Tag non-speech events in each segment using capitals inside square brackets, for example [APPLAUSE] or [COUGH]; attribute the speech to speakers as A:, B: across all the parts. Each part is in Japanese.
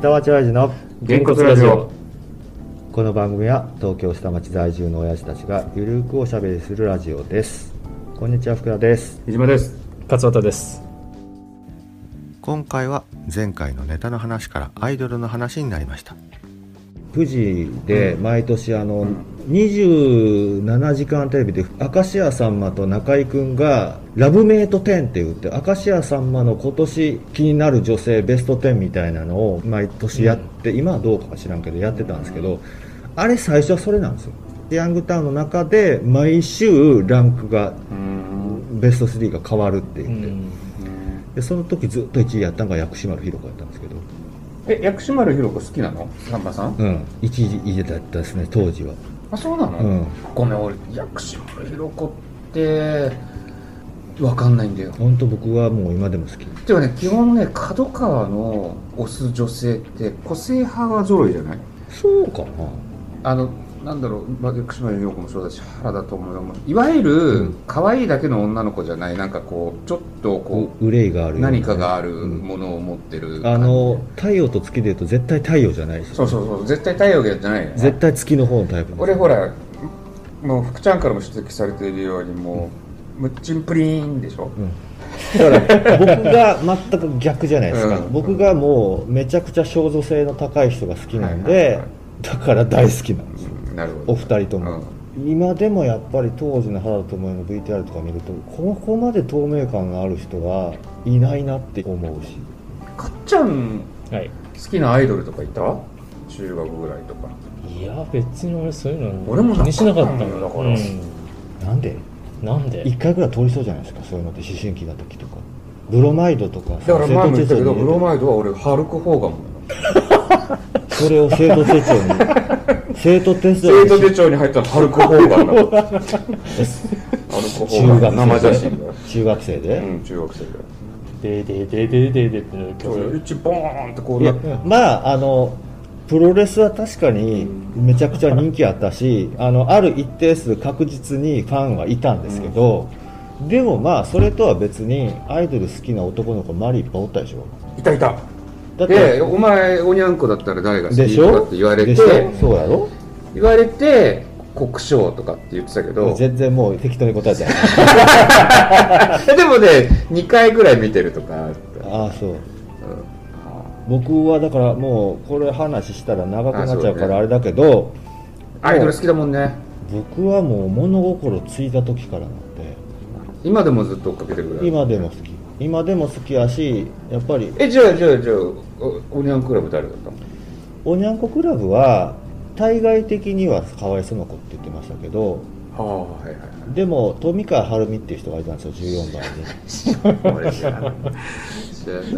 A: 下町ラジの
B: げんこつラジオ
A: この番組は東京下町在住の親父たちがゆるくおしゃべりするラジオですこんにちは福田です
B: 飯島です
C: 勝俣です
D: 今回は前回のネタの話からアイドルの話になりました
A: 富士で毎年あの27時間テレビで明石家さんまと中居君が「ラブメイト10」って言って明石家さんまの今年気になる女性ベスト10みたいなのを毎年やって、今はどうかは知らんけどやってたんですけどあれ最初はそれなんですよヤングタウンの中で毎週ランクがベスト3が変わるって言って、でその時ずっと1位やったのが薬師丸ひろ子やったんですけど
B: え薬師丸ひろ子好きなのさんまさん
A: うん1位だったですね当時は
B: あそうなの、
A: うん
B: ごめん俺薬師丸ひろ子ってわかんないんだよ
A: 本当僕はもう今でも好き
B: ていうかね基本ね角川の推す女性って個性派が揃いじゃない
A: そうかな
B: あのなんだろう、まあ、薬師丸ひろ子もそうだし原田知世もいわゆる可愛いだけの女の子じゃないなんかこうちょっとこ
A: う憂いがあ
B: う
A: るよね
B: 何かがある
A: うん
B: ものを持ってる、
A: あの太陽と月でいうと絶対太陽じゃないし
B: そうそうそう絶対太陽系じゃないよね
A: 絶対月の方のタイプ
B: 俺ほらもう福ちゃんからも指摘されているようにもうむっちんぷりーんでしょ、
A: だから僕が全く逆じゃないですか、
B: うん
A: 僕がもうめちゃくちゃ肖像性の高い人が好きなんで、
B: はいはいはい
A: だから大好きなんです
B: うんなるほど
A: お二人とも、今でもやっぱり当時の原田知世の VTR とか見るとここまで透明感がある人はいないなって思うし
B: かっちゃん
C: はい
B: 好きなアイドルとかいた中学ぐらいとか
C: いや別に俺そういうの
B: 俺もな
C: 気
B: かったんだよ
C: にしなかったの
B: だから
A: なんで
C: うん、なんで
A: 一回ぐらい通りそうじゃないですかそういうのって思春期の時とかブロマイドとか
B: だから前も言ったけど
A: に
B: ブロマイドは俺ハルク・ホーガンも
A: それを生徒手帳
B: [LAUGHS]
A: に生徒手帳
B: 生
A: に
B: 徒手帳に入ったのハルク・ホーガンだもんハルク・ホーガンの生写真だよ
A: 中学生で、
B: うん中学生だよ
C: ででででででってなるけど
B: そう一ボーンってこう
A: い
B: な
A: や
B: って
A: まああのプロレスは確かにめちゃくちゃ人気あったしあのある一定数確実にファンはいたんですけど、でもまあそれとは別にアイドル好きな男の子マリいっぱいおったでしょ
B: いたいた
A: だって
B: でお前おにゃんこだったら誰が好
A: で
B: き
A: し
B: とか
A: ょ
B: って言われ
A: で
B: て
A: しょそうやろ
B: 言われて国章とかって言ってたけど
A: 全然もう適当に答えちゃう
B: え [LAUGHS] でもね2回ぐらい見てるとかあ
A: [LAUGHS]
B: った
A: ああそう僕はだからもうこれ話したら長くなっちゃうか
B: あそうね
A: らあれだけど
B: アイドル好きだもんね
A: 僕はもう物心ついた時からなんで
B: 今でもずっと追っかけてるぐらい
A: 今でも好き今でも好きやしやっぱり
B: えじゃあじゃあじゃあおおにゃんクラブ誰だったの
A: おにゃんこクラブは対外的にはかわいそうな子って言ってましたけど
B: ああはいはい
A: でも富川晴美っていう人がいたんですよ14番に
B: [LAUGHS] 俺知らない知らない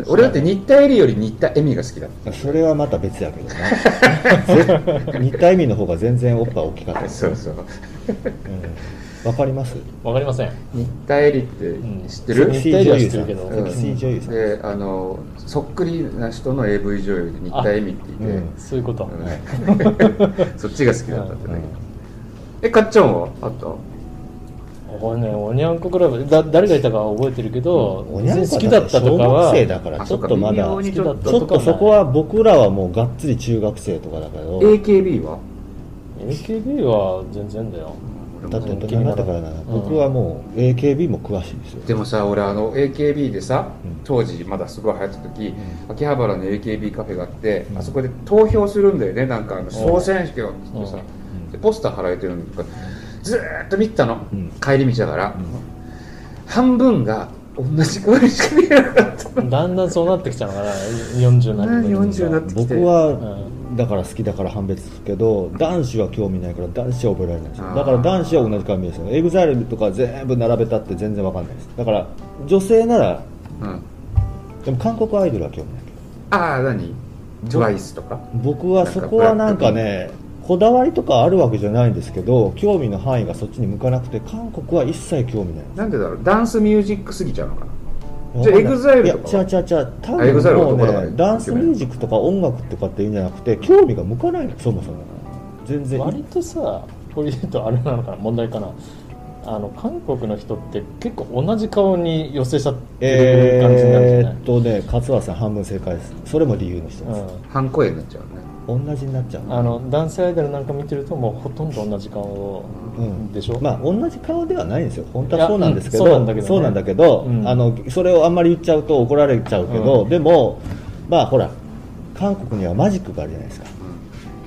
B: 俺だって新田絵里より新田恵美が好きだ
A: [LAUGHS]
B: っ
A: それはまた別やけどな新田恵美の方が全然おっぱい大きかった
B: た
A: です [LAUGHS]
B: そうそう
A: うんわ、かります
C: わかりません
B: 新田絵里って知って
A: セ
B: る、
C: うん
A: クシー女優さん
C: 知ってるけど
A: セクシー女優さん、
B: であのそっくりな人の AV 女優で新田恵美っていて、
A: あう
C: そういうこ
B: う
C: と、
B: んそっちが好きだったってね、えかっちゃんはあった
C: 俺ねおにゃんこクラブだ誰がいたかは覚えてるけど
A: おにゃんこは
C: 好きだったとか
A: 小
C: は
A: 学生だからちょっとまだ
B: あそうか微妙にちょっ
A: ちょっとそこは僕らはもうがっつり中学生とかだけど
B: AKB は
C: AKB は全然だよ
A: だって大人になったからな、
C: ん
A: 僕はもう AKB も詳しいんですよ
B: でもさ俺あの AKB でさ
A: うん
B: 当時まだすごい流行った時、秋葉原の AKB カフェがあって、あそこで投票するんだよねなんかあの総選挙って言ってさ、でポスター貼られてるのとかずーっと見てたの、
A: うん
B: 帰り道だから、半分が同じぐらいしか見えなかった
C: だんだんそうなってきたのかな40になってくると
B: 40になってきて
A: 僕
C: う
A: はだから好きだから判別するけど男子は興味ないから男子は覚えられないんです
B: あ
A: よ
B: ー
A: だから男子は同じ感じですよ EXILE とか全部並べたって全然わかんないですだから女性なら
B: うん、
A: でも韓国アイドルは興味ないけど
B: ああ何トワイスとか
A: 僕はそこはなんかねこだわりとかあるわけじゃないんですけど興味の範囲がそっちに向かなくて韓国は一切興味ない
B: なんでだろうダンスミュージックすぎちゃうのかなじゃあ
A: わかんない
B: EXILE とか
A: いや違う違う違う多
B: あ EXILE は
A: 分も
B: 男だから
A: うねダンスミュージックとか音楽とかっていうんじゃなくて興味が向かないのそもそも全然
C: 割とさこれ言うとあれなのかな問題かなあの韓国の人って結構同じ顔に寄せちゃってる感じになるんじゃ
A: え
C: な
A: ー
C: い
A: っ、とね勝和さん半分正解ですそれも理由の一つ、
B: 半公演になっちゃうね
A: 同じになっちゃう
C: うん、あの男性アイドルなんか見てるともうほとんど同じ顔
A: うん
C: でしょ、
A: まあ同じ顔ではないんですよ本当はそうなんですけど
C: いやうんそうなんだけどね
A: そうなんだけど
C: うん
A: あのそれをあんまり言っちゃうと怒られちゃうけど、
C: う
A: でもまあほら韓国にはマジックがあるじゃないですか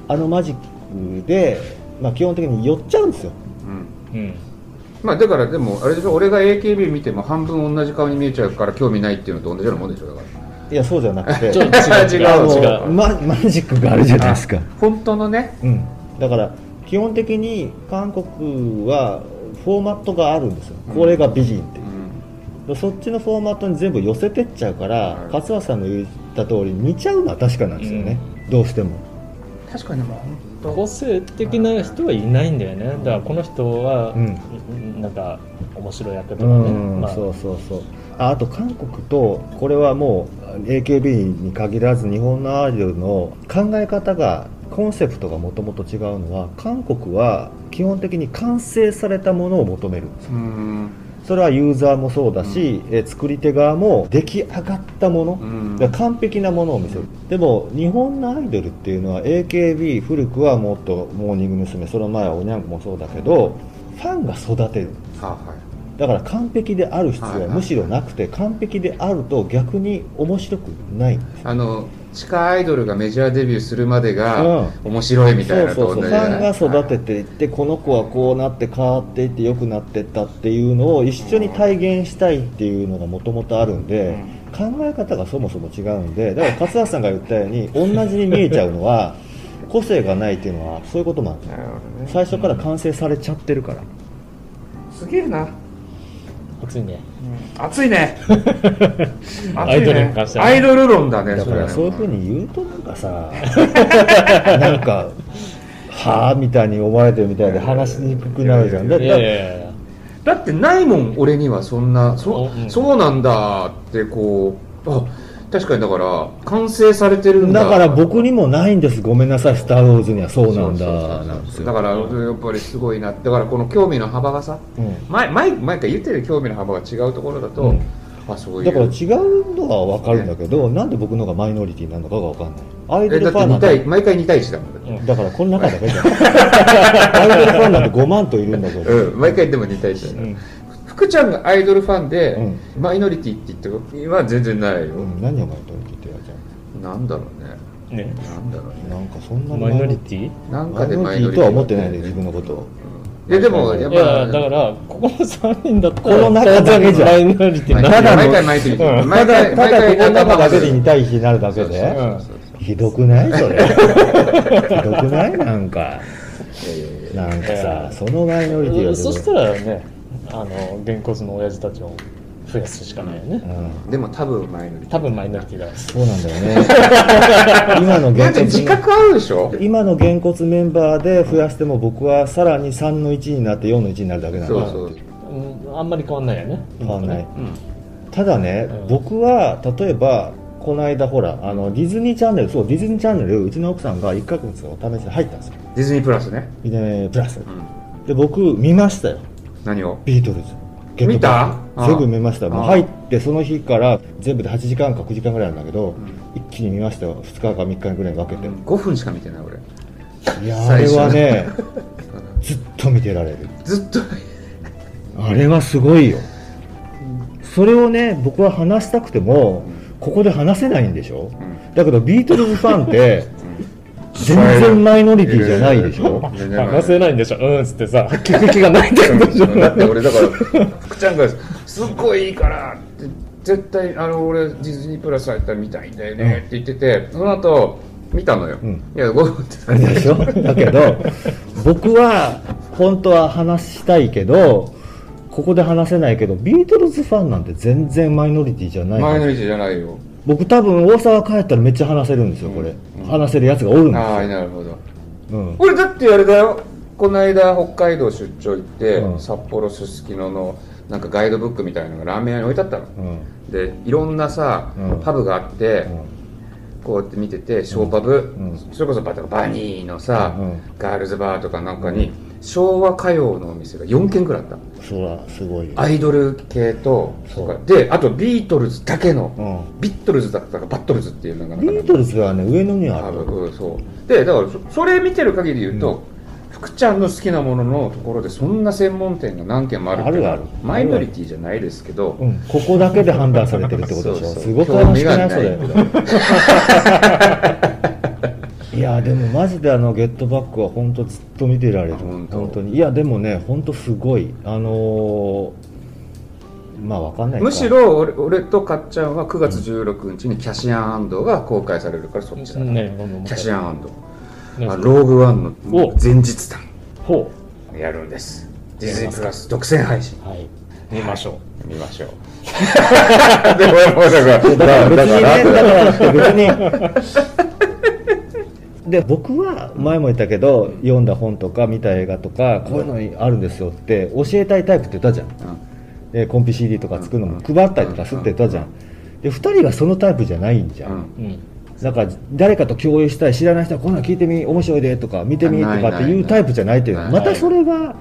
A: あのマジックで、まあ、基本的に寄っちゃうんですよ
B: うん、うん
C: うん、
B: まあだからでもあれでしょ俺が AKB 見ても半分同じ顔に見えちゃうから興味ないっていうのと同じようなもんでしょだから
A: いやそうじゃなくて
C: [LAUGHS] ちょっと違う
B: 違
A: あ
B: う
A: の
C: 違う
A: ママジックがあるじゃないですか
B: 本当のね
A: うん、だから基本的に韓国はフォーマットがあるんですよ、これが美人っていうう、
B: ん
A: そっちのフォーマットに全部寄せてっちゃうから、
B: はい
A: 勝和さんの言った通り、似ちゃうのは確かなんですよね、どうしても。
B: 確かにもう本当
C: 個性的な人はいないんだよねだからこの人は、
A: うん
C: なんか面白い役とか
A: う
C: ね、
A: ん
C: まあ、
A: そうそうそうああと韓国とこれはもう AKB に限らず日本のアイドルの考え方がコンセプトがもともと違うのは韓国は基本的に完成されたものを求めるんですよ
B: うん
A: それはユーザーもそうだし、えー作り手側も出来上がったもの
B: う、ん
A: だから完璧なものを見せるでも日本のアイドルっていうのは AKB 古くはもっとモーニング娘。その前はおにゃんこもそうだけどファンが育てる
B: あはい
A: だから完璧である必
B: はい
A: 要
B: は
A: はいむしろなくて完璧であると逆に面白くない
B: あの地下アイドルがメジャーデビューするまでが
A: うん
B: 面白いみた
A: そ
B: い
A: う
B: な
A: そうそうフ
B: と同じじゃない
A: ァンが育てていってこの子はこうなって変わっていって良くなってったっていうのを一緒に体現したいっていうのがもともとあるんで考え方がそもそも違うんでだから勝橋さんが言ったように同じに見えちゃうのは個性がないっていうのはそういうことなんですよ
B: なるほどね
A: 最初から完成されちゃってるから
B: すげえな
C: 熱いね
B: 熱いね
C: [LAUGHS] アイドルに関してはね
B: アイドル論だね
A: だか
B: れ
A: ら
B: ね
A: そういうふうに言うとなんかさなんかはあみたいに思われてるみたいで話しにくくなるじゃんだっ
C: い
A: て
C: やいやいや
B: だってないもん俺にはそんなそ,、
C: うん
B: そうなんだってこうあ確かにだから完成されてるんだ
A: だから僕にもないんですごめんなさい「スター・ウォーズ」にはそうなん
B: そうそうそうそ
A: だ
B: う
A: なんです
B: だ
A: よ
B: からやっぱりすごいなだからこの興味の幅がさ
A: うん
B: 前前前から言ってる興味の幅が違うところだと、
A: うん
B: あそうい
A: だから
B: う
A: 違うのは分かるんだけどなんで僕のがマイノリティなのかが分かんないアイド
B: えだ
A: ル
B: っ
A: ファ
B: て
A: ンなん
B: 二
A: て
B: 対毎回2対1だもんだって
A: だからこの中だけじゃん
B: [LAUGHS]
A: アイドルファンなんて5万といるんだけど
B: うん、毎回でも2対1だよ、
C: うん
B: 福ちゃんがアイドルファンで、
A: う
B: マイノリティって言ったことは全然ないよ、
A: うん何をマイノリティって言われちゃ
B: なんだろうね
C: ね
B: なんだろうね
A: うなんかそんなに
C: マイノリティ
B: なん
A: マ
B: か
A: イ
B: で
A: ノ
B: マ
A: リ
B: イ
A: ティ
B: ノリティ
A: とは思ってないで自分のことを
B: いやでもやっ
C: いや
B: ぱ
C: だからここの3人だったら
A: この中だけじゃん
C: マイノリティ
B: 毎
C: な
B: 回
A: だの
B: 毎回毎
A: た
B: 回毎
A: だ
B: 回
A: た
B: 毎
A: だこ
B: 回
A: この
B: 仲間
A: 中だ
B: が
A: け
B: 出
A: で
B: る
A: 2対1になるだけ
B: そう
A: で
B: そうそうそう
A: ひどくないそれひどくないなんか
B: いやいやいや
A: なんかさそのマイノリティは
C: そしたらねあの原骨の親父たちを増やすしかないよね、
A: うん
B: でも多分マイノリテ
C: 多分マイノリティだ
A: そうなんだよね
C: [LAUGHS]
A: 今の
B: ィだ
A: 原
B: って
A: 骨
B: 自覚あるでしょ
A: 今のげんこつメンバーで増やしても僕はさらに3の1になって4の1になるだけなんだ
B: そうそう
C: うんあんまり変わんないよね
A: 変わんない
B: うん
A: ただね、
C: うん
A: 僕は例えばこの間ほらあのディズニーチャンネルそうディズニーチャンネルうちの奥さんが1ヶ月お試しで入ったんですよ
B: ディズニープラスね
A: ディズニープラス
B: う
A: で
B: ん
A: 僕見ましたよ
B: 何を
A: ビートルズゲット
B: 見た
A: バック全部見ました
B: ああ
A: もう入ってその日から全部で8時間か9時間ぐらいなんだけど、
B: ん
A: 一気に見ましたよ2日か3日ぐらいに分けて、
B: 5分しか見てない俺
A: いやーあ
B: 最
A: れ
B: 初
A: はね [LAUGHS] ずっと見てられる
B: ずっと
A: あれはすごいよ、それをね僕は話したくてもここで話せないんでしょ、
B: ん
A: だけどビートルズフ
B: [LAUGHS]
A: ァンって全然マイノリティじゃないでし
B: [LAUGHS]
A: ょ
B: 全然
C: 話せないんでしょうんっつってさ聞く気がないんだよ
B: だって俺だ
C: [LAUGHS]
B: から福ちゃんが「すっごいいいから」って絶対あの俺ディズニープラス入ったら見たいんだよねって言っててその後見たのよ、
A: ん
B: いや5分って
A: あれでしょだけど僕は本当は話したいけどここで話せないけどビートルズファンなんて全然マイノリティじゃない
B: 前の位置じゃないよ
A: 僕多分大沢帰ったらめっちゃ話せるんですよこれ、
B: うん
A: 話せるやつがおるんですよ、
B: ああなるほど
A: うん、
B: 俺だってあれだよこの間北海道出張行って、
A: うん
B: 札幌すすきののなんかガイドブックみたいなのがラーメン屋に置いてあったの、
A: うん
B: でいろんなさ、
A: うん
B: パブがあって、こうやって見ててショーパブ、
A: ん
B: それこそババニーのさ、
A: うん
B: ガールズバーとかなんかに昭和歌謡のお店が4軒くらいあった、
E: そらすごいよ
B: アイドル系と
E: そう
B: とかであとビートルズだけの、
A: う
B: ビットルズだったかバットルズっていうのがな
A: ビ
B: んか
A: ートルズはね上野にあ
B: あ
A: る
B: うんそうでだからそそれ見てる限り言うと、福ちゃんの好きなもののところでそんな専門店が何軒もあるっていうのは
E: あるある
B: マイノリティじゃないですけど、
A: うん、ここだけで判断されてるってことでしょ
B: そうそう
A: すごく楽しくない
B: 興
A: そ
B: 味が
A: れ
B: ない
A: いやでもマジであの「ゲットバック」は本当ずっと見てられる
B: 本
A: 本
B: 当
A: 当にいやでもね本当すごいあのーまあわかんないか
B: むしろ俺俺とかっちゃんは9月16日にキャシアンが公開されるからそっちだ、
C: ねごめんごめん
B: キャシアン
C: ね
B: あローグワンの
C: お
B: 前日談
C: ほ
B: やるんですディズニープラス独占配信
C: うはい見ましょ
B: 見ましょう [LAUGHS] でももうだから
A: [LAUGHS] だから別にね
B: だ
A: だ
B: か
A: からって別にで僕は前も言ったけど読んだ本とか見た映画とかこういうのにあるんですよって教えたいタイプって言ったじゃん
B: ら
A: でコンピ CD とか作るのも配ったりとかするって言ったじゃんで2人がそのタイプじゃないんじゃ、
B: うんん
C: ううん
A: だから誰かと共有したい知らない人はこんなん聞いてみ面白いでとか見てみと
B: ない
A: かっていうタイプじゃないという
B: ない
A: またそれが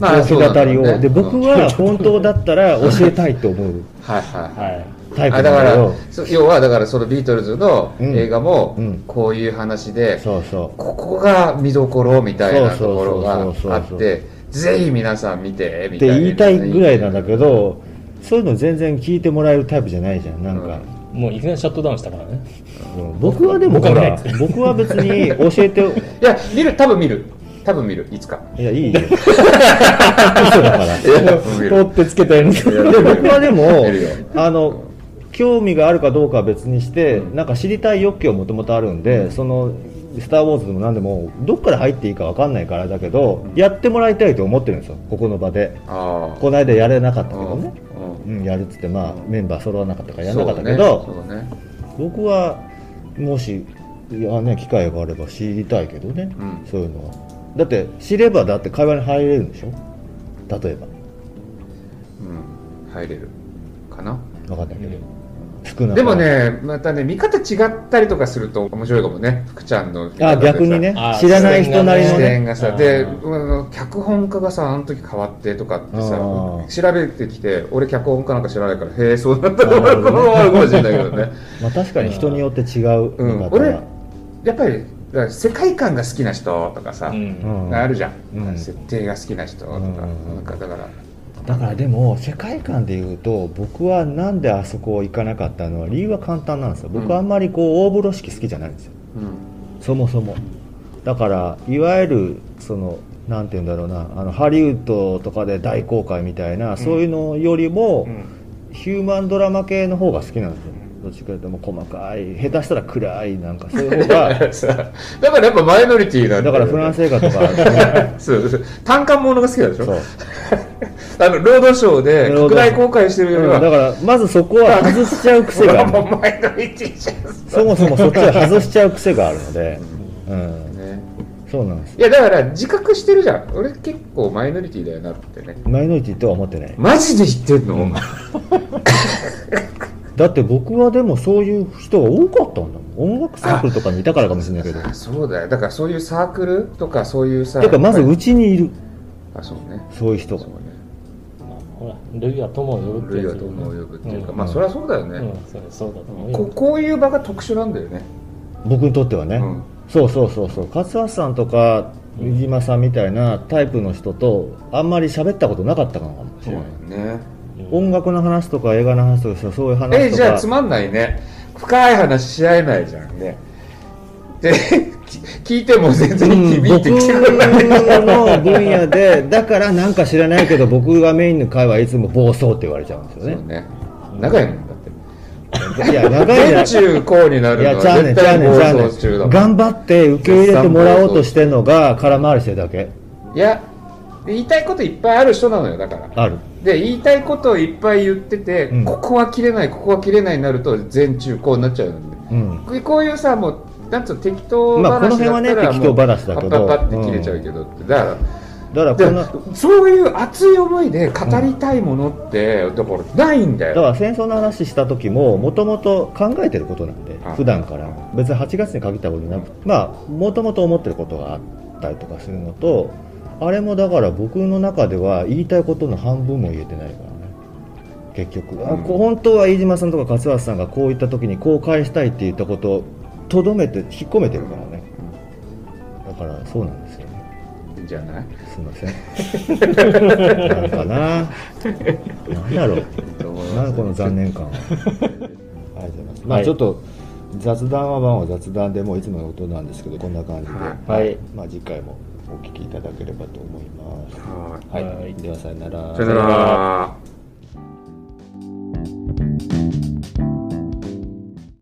B: まあ
A: その日語り
B: そうなんだよ
A: を
B: ね
A: で僕は本当だったら教えたいと思う
B: はいはい
C: はい
A: タイプな
B: あ
A: んだ
B: だか
A: け
B: ら
A: ど
B: そ要はだからそのビートルズの
A: うん
B: 映画も
A: うん
B: こういう話で、
A: そうそう
B: ここが見どころみたいなとこ
A: そう
B: ろ
A: そうそう
B: があ
A: そうそう
B: ってぜひ皆さん見てみ
A: ったて
B: いな
A: 言いたいぐらいなんだけどそういうの全然聞いてもらえるタイプじゃないじゃんなんか、
C: もういきなりシャットダウンしたから
A: [LAUGHS]
C: ね
A: うん僕はでもほ
C: 僕は
A: ら僕は別に教えて
B: いや見る多分見る多分見るいつか
A: いやいい [LAUGHS] よ嘘だから
B: いや見る
C: 取ってつけたように
B: いや
A: で僕はで
B: 見るよ
A: もあの興味があるかどうかは別にして、なんか知りたい欲求はもともとあるんで、その「スター・ウォーズ」でも何でもどっから入っていいか分かんないからだけど、やってもらいたいと思ってるんですよここの場で
B: ああ
A: この間やれなかったけ
B: う
A: ど
B: ん
A: ね、
B: うん
A: うん、やるっつってまあメンバー揃わなかったからやらなかったけ
B: そ
A: ど、
B: うねそうね
A: 僕はもしいや、ね、機会があれば知りたいけどね、
B: うん
A: そういうのはだって知ればだって会話に入れるんでしょ例えば
B: うん入れるかな
A: 分かんないけど、少なく
B: でもねまたね見方違ったりとかすると面白いかもね福ちゃんの見方
A: あ
B: でさ
A: 逆にね
C: あー
A: 知らない人なり
B: 視
A: の
B: 点
A: ね
B: がさ
C: あー
B: でうん脚本家がさあの時変わってとかってさ
A: あー
B: 調べてきて俺脚本家なんか知らないからへえそうなんだと思うこともあるかもしれないけど
A: [LAUGHS]
B: ね、
A: まあ、確かに人によって違う
B: う
A: 見
B: ん、
A: 方
B: 俺
A: が、
B: やっぱりだから世界観が好きな人とかさ、
C: うん
A: うん
B: あるじゃん、
A: うん
B: 設定が好きな人とか、
A: うん
B: なんかだから
A: だからでも世界観でいうと僕はなんであそこ行かなかったのは理由は簡単なんですよ僕
B: うん
A: あんまりこう大風呂敷好きじゃないんですよ
B: うん
A: そもそもだからいわゆるそのなんて言うんだろうなあのハリウッドとかで大公開みたいな、そういうのよりも、ヒューマンドラマ系の方が好きなんですよどっちかというともう細かい下手したら暗いなんかそう [LAUGHS] いう方
B: だか
A: が
B: ら [LAUGHS] さだからやっぱマイノリティなんだ
A: だか
B: よね
A: らフランス映画とか
B: [LAUGHS] そうそう単管ものが好きなんでしょ
A: そう
B: あの労働省で
A: 労
B: 拡
A: 働
B: 大公開してるよりは、
A: うんだからまずそこは外しちゃう癖
B: [LAUGHS]
A: がある
B: もうマイノリティじゃん
A: そもそもそっちは外しちゃう癖があるので、うん、
B: ね
A: そうなんです
B: いやだから自覚してるじゃん俺結構マイノリティだよなってね
A: マイノリティとは思ってない
B: マジで言ってんの、
A: だって僕はでもそういう人が多かったんだもん音楽サークルとかにいたからかもしれないけど
B: あそうだよだからそういうサークルとかそういうさ
A: てかまず
B: やっぱ
A: うちにいる
B: りあそうね
A: そういう人
B: そ
A: が
B: うね
C: ほらルイは友を呼ぶって
B: 類
C: や
B: は
C: つ
B: 友を呼ぶっていうか、
C: う
B: まあそりゃそうだよね、
C: んうんそうそうだと思う
B: こ
C: よ
B: こういう場が特殊なんだよね
A: 僕にとってはね、
B: うん
A: そうそうそうそう勝橋さんとか飯島さんみたいなタイプの人とあんまり喋ったことなかったかもし
B: そう
A: れな
B: だ
A: い
B: よね
A: 音楽の話とか映画の話とかそういう話とか
B: えじゃあつまんないね深い話し合えないじゃんねで聞いても全然
A: うん
B: 響い
A: 僕
B: てきてくれない、
A: の分野でだからなんか知らないけど僕がメインの会はいつも暴走って言われちゃうんですよ
B: そう
A: ね
B: ね長いもんだって
A: いや長い
B: [LAUGHS]
A: じゃない
B: 全中高になる
A: い
B: の
A: や
B: は
A: ちゃうね
B: 絶
A: んちゃ
B: 対
A: うねんちゃう
B: 暴
A: ね
B: 走中だ
A: ん
B: もん
A: 頑張って受け入れてもらおうとしてんのが空回りしてるだけ
B: いや言いたいこといっぱいある人なのよだから
A: ある
B: で言いたいことをいっぱい言ってて、
A: うん
B: ここは切れないここは切れないになると全中高になっちゃうんで
A: うん
B: ここういうさもうなんつうの適当話だ
A: まあ
B: ったら
A: この辺はね
B: もう
A: 適当話だけど
B: パッパッパって切れちゃうけどって、だから
A: だか
B: で
A: らこんなだか
B: もそういう熱い思いで語りたいものって、だからないんだよ
A: ら戦争の話した時ももともと考えてることなんで
B: あ
A: 普段から別に8月に限ったことじゃなくまあもともと思ってることがあったりとかするのとあれもだから僕の中では言いたいことの半分も言えてないからね結局、あ
B: うん
A: こ本当は飯島さんとか勝俣さんがこう言った時にこう返したいって言ったことをとどめて引っ込めてるからねだからそうなんですよね
B: いいんじゃない
A: すいません
B: [LAUGHS]
A: なんかななんだろうなんだこの残念感はありがと
B: [LAUGHS]
A: うございますまあ
C: はい
A: ちょっと雑談はまあ雑談でもういつものことなんですけどこんな感じで、
B: は
C: はい
A: まあ、次回もお聞きいただければと思います。
B: は
A: はい、
C: はい
A: ではさよなら。
B: いさよなら